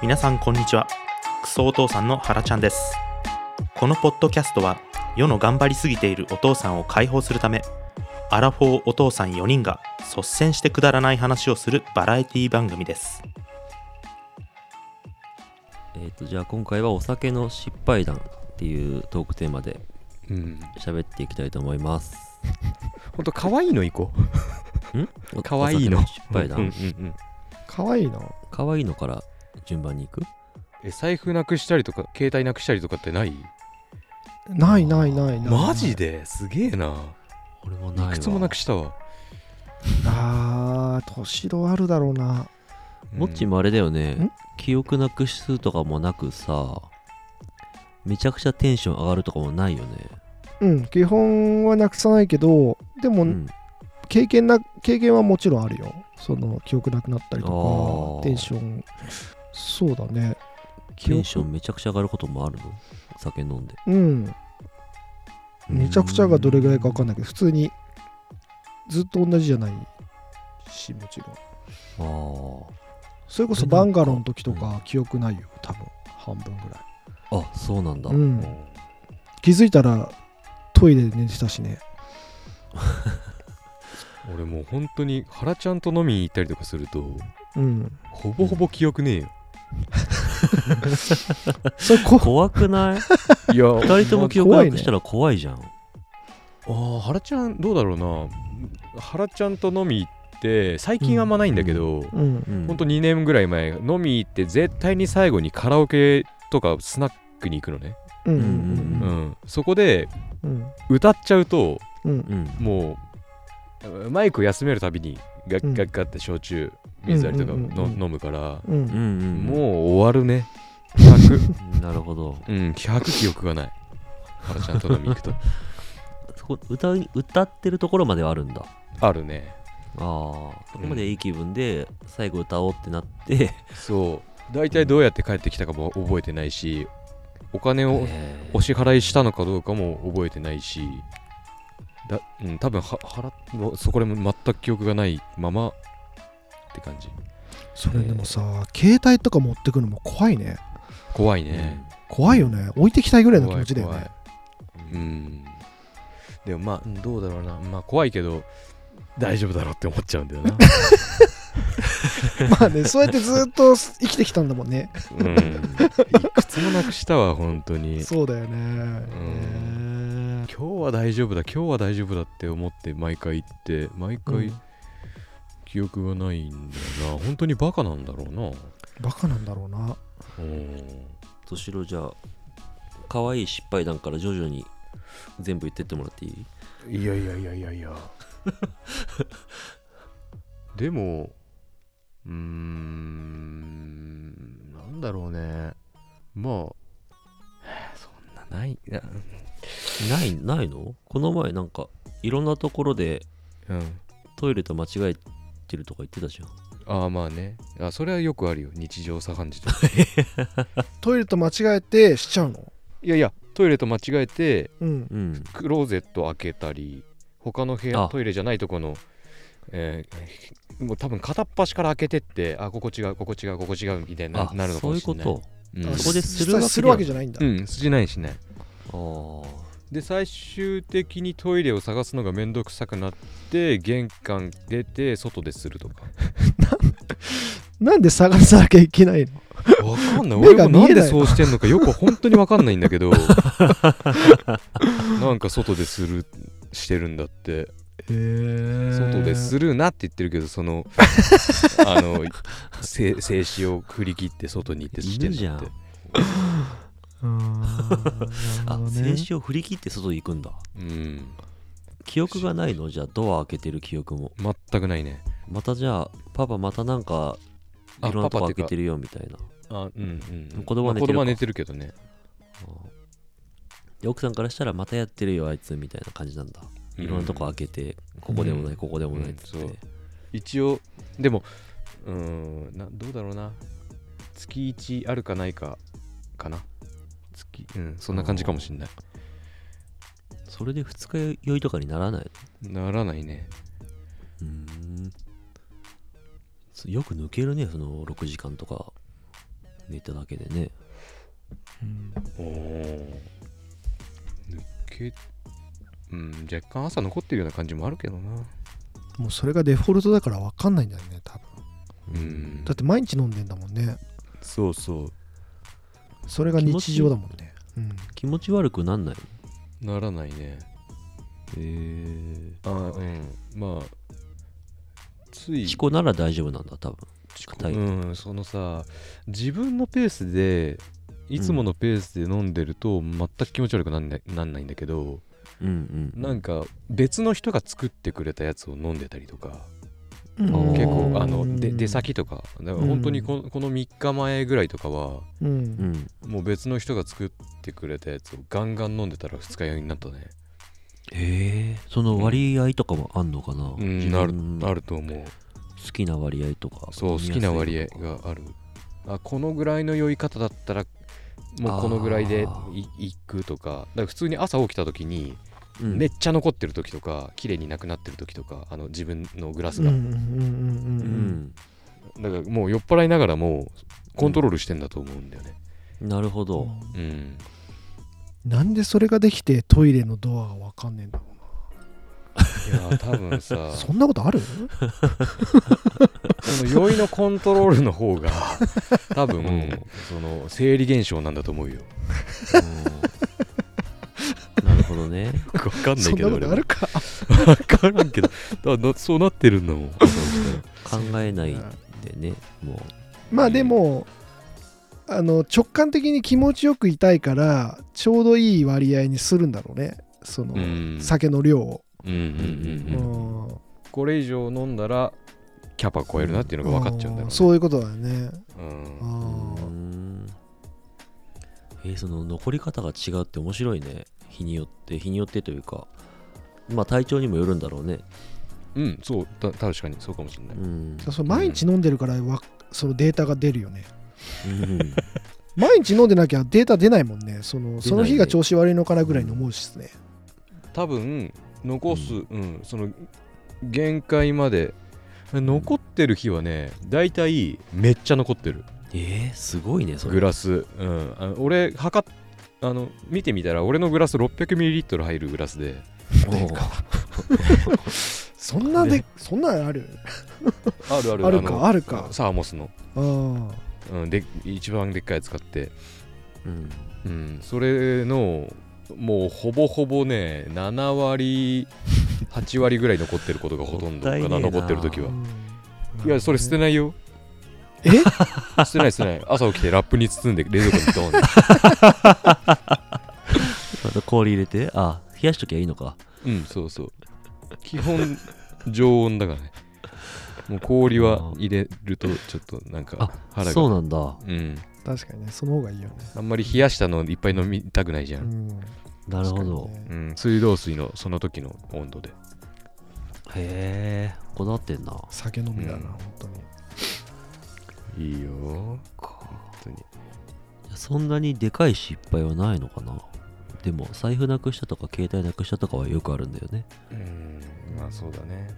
皆さんこんにちはクソお父さんの原ちゃんですこのポッドキャストは世の頑張りすぎているお父さんを解放するためアラフォーお父さん4人が率先してくだらない話をするバラエティ番組ですえー、とじゃあ今回はお酒の失敗談っていうトークテーマでうん、喋っていきたいと思います。ほんと可愛いの行こう。お可愛いおの酒失敗うん談。うんうん。可愛いな。可愛いのから順番に行くえ財布なくしたりとか携帯なくしたりとかってないないないないない。マジですげえな俺もないいわ。くつもなくしたわあー、年度あるだろうな。もっちうんもあれだよねん。記憶なくすとかもなくさ、めちゃくちゃテンション上がるとかもないよね。うん、基本はなくさないけど、でも、うん。経験な、経験はもちろんあるよ。その、記憶なくなったりあとーか、テンション。そうだね。記テ憶ンションめちゃくちゃ上がることもあるのお酒飲んで。。うん。めちゃくちゃがどれぐらいか分かんないいけど、普通に、ずっと同じじゃないし、もちろん。あーそれこそバンガローの時とか、記憶ないよ、多分。半分ぐらい。あ、そうなんだ。うん。気づいたらトイレで寝てたしね俺もう本当に原ちゃんと飲みに行ったりとかするとうんほぼほぼ記憶ねえよ、それこ怖くない いや 二人とも記憶なくしたら怖いじゃん。あー原ちゃんどうだろうな原ちゃんと飲み行って最近あんまないんだけど、うんうんほんと2年ぐらい前飲み行って絶対に最後にカラオケとかスナックに行くのね、うんううんうんそこでうん歌っちゃうとうんうん。もうマイク休めるたびにガッガッガッって焼酎水割りとかうんうんうんのうん飲むからううんうんんうん。もう終わるね100なるほど。うん100記憶がない原ちゃんと飲み行くと そこ歌い歌ってるところまではあるんだ。あるねああ、そこまでいい気分で最後歌おうってなって、そう大体どうやって帰ってきたかも覚えてないしお金をえーお支払いしたのかどうかも覚えてないしだ、うん、多分は払っそこでも全く記憶がないままって感じそれでもさ携帯とか持ってくのも怖いね怖いね、怖いよね置いてきたいぐらいの気怖持いちだよ怖ねいうんでもまあうんどうだろうなまあ怖いけど大丈夫だろうって思っちゃうんだよな まあねそうやってずっと生きてきたんだもんねうんいくつもなくしたわ本当にそうだよねね今日は大丈夫だ今日は大丈夫だって思って毎回行って毎う回ん記憶がないんだよな、本当にバカなんだろうなバカなんだろうなうんとしろじゃあ、可愛い失敗談から徐々に全部言ってってもらっていいいやいやいやいやいや でもうーんなんだろうねまあそんなないいやない、ないのこの前なんか、いろんなところでうんトイレと間違えてるとか言ってたじゃん。ああまあねあそれはよくあるよ日常茶飯事とトイレと間違えてしちゃうの いやいやトイレと間違えてうんうん。クローゼット開けたり他の部屋あトイレじゃないとこのえーもう多分片っ端から開けてってあここ違うここ違うここ違うみたいになあなるのかそういもうしれこないと。うあんそこで実するわけでは際するわけじゃないんだうん、筋ないしね。ああ。で、最終的にトイレを探すのがめんどくさくなって、玄関出て、外でするとか。なんで探さなきゃいけないのわかんない。目 俺がも見えないなんでそうしてんのか、よく本当にわかんないんだけど、なんか外でする、してるんだって。へ外でするなって言ってるけど、その、あの、せ静止を振り切って外に行ってしてん犬じゃんだって。ああ、先週を振り切って外行くんだ。うん、記憶がないのじゃあ、ドア開けてる記憶も。全くないね。またじゃあ、パパまたなんか、いあろんなとこ開けパパっててるよみたいな。あ、うんうんうん。子供は寝てるかまあ子は寝てるけどね。で奥さんからしたらまたやってるよあいつみたいな感じなんだいろんなとこ開けて、ここでもなういんここでもないっつって、うんそう一応でもうーんなどうだろうな月1あるかないかかな月うんそんな感じかもしんないそれで二日酔いとかにならないならないねのそよく抜けるねその6時間とか抜いただけでねうんおー抜けうん若干朝残ってるような感じもあるけどなもうそれがデフォルトだから分かんないんだよね多分うんだって毎日飲んでんだもんねそうそそれが日常だもんねうん気持ち悪くなんないへうならないねえあうんまあつい思考なら大丈夫なんだ多分硬いうんそのさ自分のペースでいつものペースで飲んでると全く気持ち悪くなんないなんないんだけどうんうんなんか別の人が作ってくれたやつを飲んでたりとかうん結構うんあので出さ先とかだから本当にこのこの3日前ぐらいとかはううんんもう別の人が作ってくれたやつをガンガン飲んでたら二日酔いになったねへえその割合とかもあんのかな、うん自な分あると思好うきな割合とかそう好きな割合があるあこのぐらいの酔い方だったらもうこのぐらいであーいいくとかだから普通に朝起きた時にうんめっちゃ残ってる時とか綺麗になくなってる時とかあの自分のグラスうんうが、んうんううんん、だからもう酔っ払いながらもコントロールしてんだと思うんだよねなるほうど、んうんなんでそれができてトイレのドアが分かんねえんだろういやー多分さな そんなことあるその酔いのコントロールの方 が多分、うんその生理現象なんだと思うようんなるほどね分かんないそんけなどことあるか分からんけどだなそうなってるんだもん考えないでねもうまあでもあの直感的に気持ちよく痛いからちょうどいい割合にするんだろうねそのうん酒の量を、うんうんうん、ううん、んこれ以上飲んだらキャパ超えるなっていうのが分かっちゃうんだろう、ね、そういうことだよねううんうんーんえーその残り方が違うって面白いね日によって日によってというかまあ体調にもよるんだろうねうん、そうた確かにそうかもしれなうい、んだからその毎日飲んでるからわ、そのデータが出るよねうん毎日飲んでなきゃデータ出ないもんねそのその日が調子悪いのかなぐらいに思うしね、多分残す、うんその限界まで残ってる日はね大体めっちゃ残ってるえーすごいねそれグラス、うん、あ俺測っあの見てみたら俺のグラス 600ml 入るグラスでおうそんなでそんなんあるあるあるあるのかあるかサーモスの、うんうん、で一番でっかいやつ買って、うんうん、それのもうほぼほぼね7割8割ぐらい残ってることがほとんどかもなったいねえな残ってる時はうんいやそれ捨てないよえ 捨てない捨てない朝起きてラップに包んで冷蔵庫にドーンってまた氷入れてあ冷やしときゃいいのかうんそうそう基本常温だからねもう氷は入れるとちょっとなんか腹がそうなんだうん、確かにねその方がいいよねあんまり冷やしたのいっぱい飲みたくないじゃ、うんんなるほど確、かにうねん、水道水のその時の温度でへえこだわってんな酒飲みだな、うん本当にいいよ本当にそんなにでかい失敗はないのかなでも財布なくしたとか携帯なくしたとかはよくあるんだよねうんまあそうだね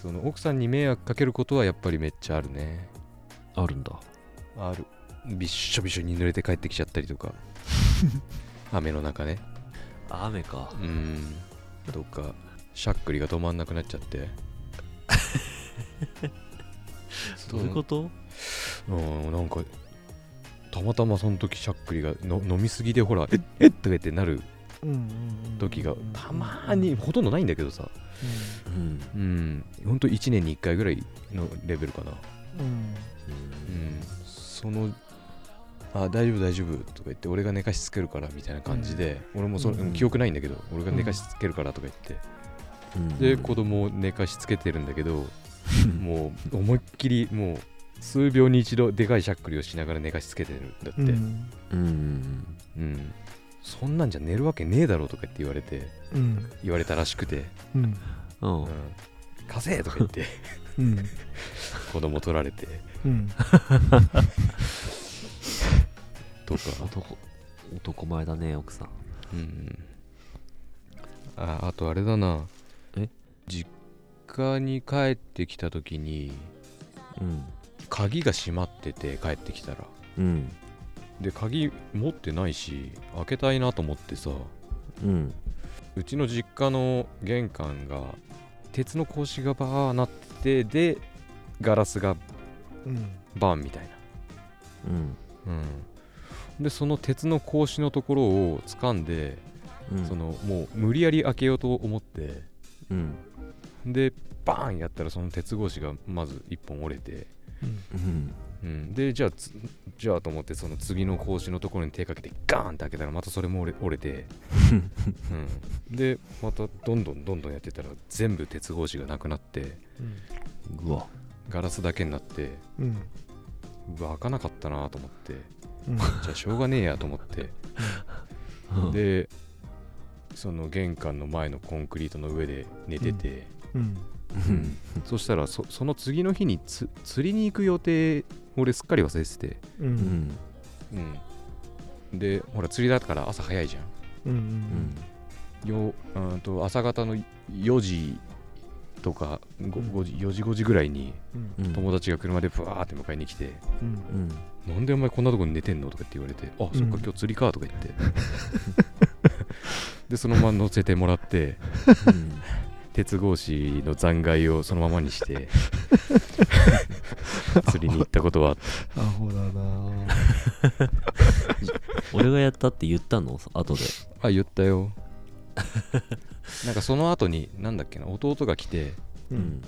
その奥さんに迷惑かけることはやっぱりめっちゃあるねあるんだあるびっしょびしょに濡れて帰ってきちゃったりとか雨の中ね雨かうんどっかしゃっくりが止まんなくなっちゃってどういうことうんなんかたまたまその時しゃっくりがの飲みすぎでほらえっえっとか言ってなるうんうんうん時がたまーにほとんどないんだけどさうんうんほんと1年に1回ぐらいのレベルかなうんうんうんそのあ大丈夫大丈夫とか言って俺が寝かしつけるからみたいな感じで、俺もそ、うんうん記憶ないんだけど俺が寝かしつけるからとか言って、うんで子供を寝かしつけてるんだけど、 もう思いっきりもう数秒に一度でかいしゃっくりをしながら寝かしつけてるんだって、ううんんうんそんなんじゃ寝るわけねえだろうとか言って言われてうん言われたらしくてうんう「んうん、稼い!」とか言って うん子供取られてうんとか、男男前だね奥さんうん、ああとあれだなえ実家に帰ってきた時にうん鍵が閉まってて帰ってきたらうんで鍵持ってないし開けたいなと思ってさうんうちの実家の玄関が鉄の格子がバーなっててでガラスがうんバンみたいうんな、うん、でその鉄の格子のところを掴んで、うんそのもう無理やり開けようと思ってうんでバーンやったらその鉄格子がまず1本折れて、うんうん、でじゃあつじゃあと思ってその次の格子のところに手かけてガーンって開けたらまたそれも折れ折 れて、うん、でまたどんどんどんどんやってたら全部鉄格子がなくなってうわガラスだけになってうんうんうわ開かなかったなと思ってうんじゃあしょうがねえやと思ってでその玄関の前のコンクリートの上で寝てて、うんうんそしたらそその次の日につ釣りに行く予定俺すっかり忘れてて、ううんんうん、でほら釣りだから朝早いじゃんうんううんんようんと朝方の4時とかごご時4時5時ぐらいにうんうん友達が車でブワーって迎えに来て、うんうんなんでお前こんなとこに寝てんのとかって言われて、あ、そっか、うん今日釣りかとか言って。で、そのまま乗せてもらって、鉄格子の残骸をそのままに して、釣りに行ったことはあって、アホだな 俺がやったって言ったの後であ、言ったよ。なんかその後に、なんだっけな、弟が来て、ううんん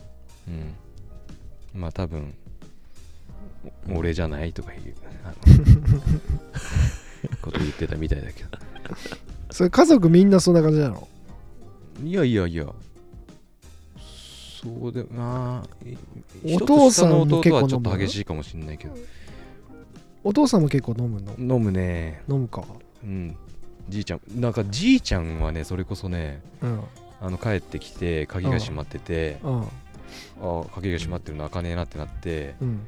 うん。まあ多分、お俺じゃないとかいう、 あのこと言ってたみたいだけど。それ家族みんなそんな感じなのいやいやいや。そうでまあ、いお父さんも一つ下の弟は結構ちょ飲っむと激しいかもしれないけど。お父さんも結構飲むの飲むね。飲むかうん。じいちゃん、なんかじいちゃんはね、それこそね、うんあの帰ってきて、鍵が閉まってて、うんあ鍵が閉まってるの開かねえなってなって、うん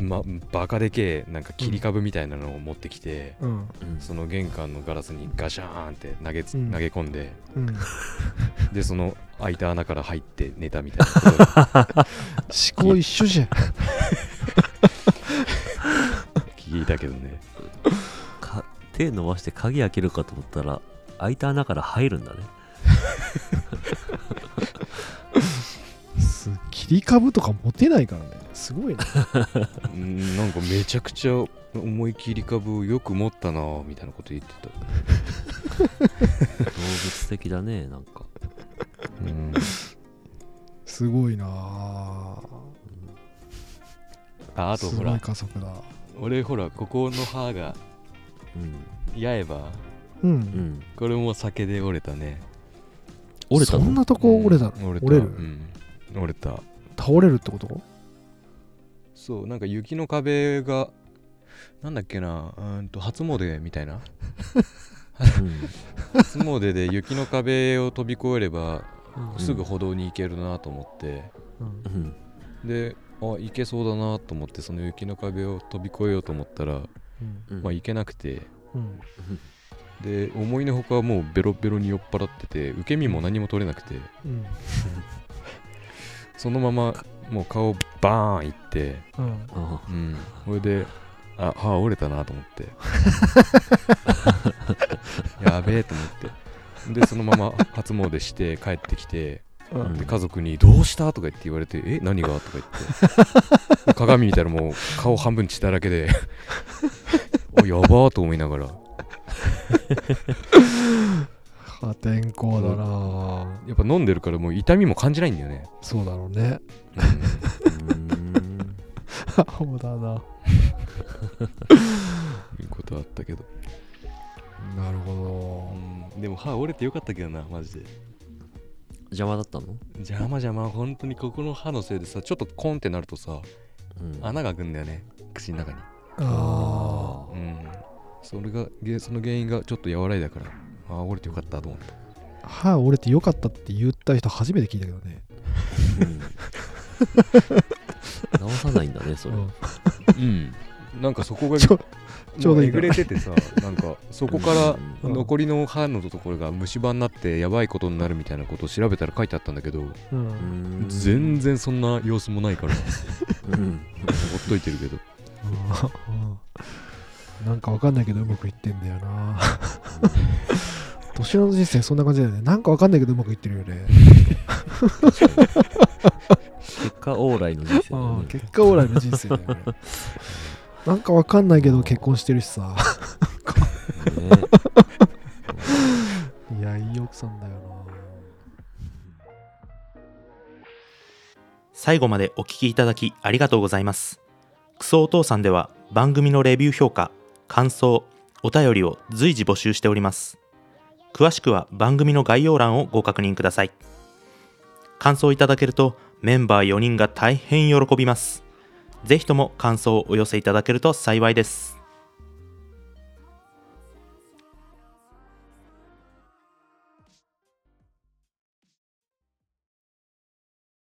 うんま、バカでけえ、なんか切り株みたいなのを持ってきて、うんうんその玄関のガラスにガシャーンって投げつ、うん投げ込んで、 うんで、そ の開いた穴から入って寝たみたいなことが思考一緒じゃん聞いたけどね。か手伸ばして鍵開けるかと思ったら開いた穴から入るんだねす切り株とか持てないからねすごいねうんなんかめちゃくちゃ思い切り株をよく持ったなぁみたいなこと言ってた動物的だねなんかうんすごいなあああとすほごらい加速だ俺ほらここの歯がうん刃ううんんこれも酒で折れたね折れたそんのなとこ折れたうんの折れた折れうるん折れた倒れるってことそうなんか雪の壁がなんだっけなうーんと初詣みたいな初詣で雪の壁を飛び越えればすぐ歩道に行けるなと思って、うんうんうんであ行けそうだなと思ってその雪の壁を飛び越えようと思ったら、うんうん まあ行けなくてうんで思いのほかもうベロベロに酔っ払ってて受け身も何も取れなくてうんそのままもう顔バーンいってうんあうんそれであ歯折れたなと思ってやべえと思ってでそのまま初詣して帰ってきてううんんで家族に「どうした?」とか言って言われて「え何が?」とか言って 鏡見たらもう顔半分血だらけで あやばーと思いながら破天荒だなやっぱ飲んでるからもう痛みも感じないんだよね、そうだろうねうんうーんアホだないうことあったけどなるほ うんでも歯折れてよかったけどなマジで邪魔だったの邪魔邪魔本当にここの歯のせいでさちょっとコンってなるとさうん穴が開くんだよね口の中にどああうんそれがげその原因がちょっと和らいだからあ折れてよかったと思ったあ歯折れてよかったって言った人初めて聞いたけどね うん直さないんだねそれうんうんなんかそこがちょちょうどいいえぐれててさ なんかそこかうらん残りの歯のところが虫歯になってやばいことになるみたいなことを調べたら書いてあったんだけどううんん全然そんな様子もないからほうんっといてるけどうんなんかわかんないけどうまくいってんだよ な年の人生そんな感じだよねなんかわかんないけどうまくいってるよね結果往来の人生だようんね結果オーライの人生だよ ねなんかわかんないけど結婚してるしさねいやいい奥さんだよ最後までお聞きいただきありがとうございます。クソお父さんでは番組のレビュー評価、感想、お便りを随時募集しております。詳しくは番組の概要欄をご確認ください。感想いただけるとメンバー4人が大変喜びます。ぜひとも感想をお寄せいただけると幸いです。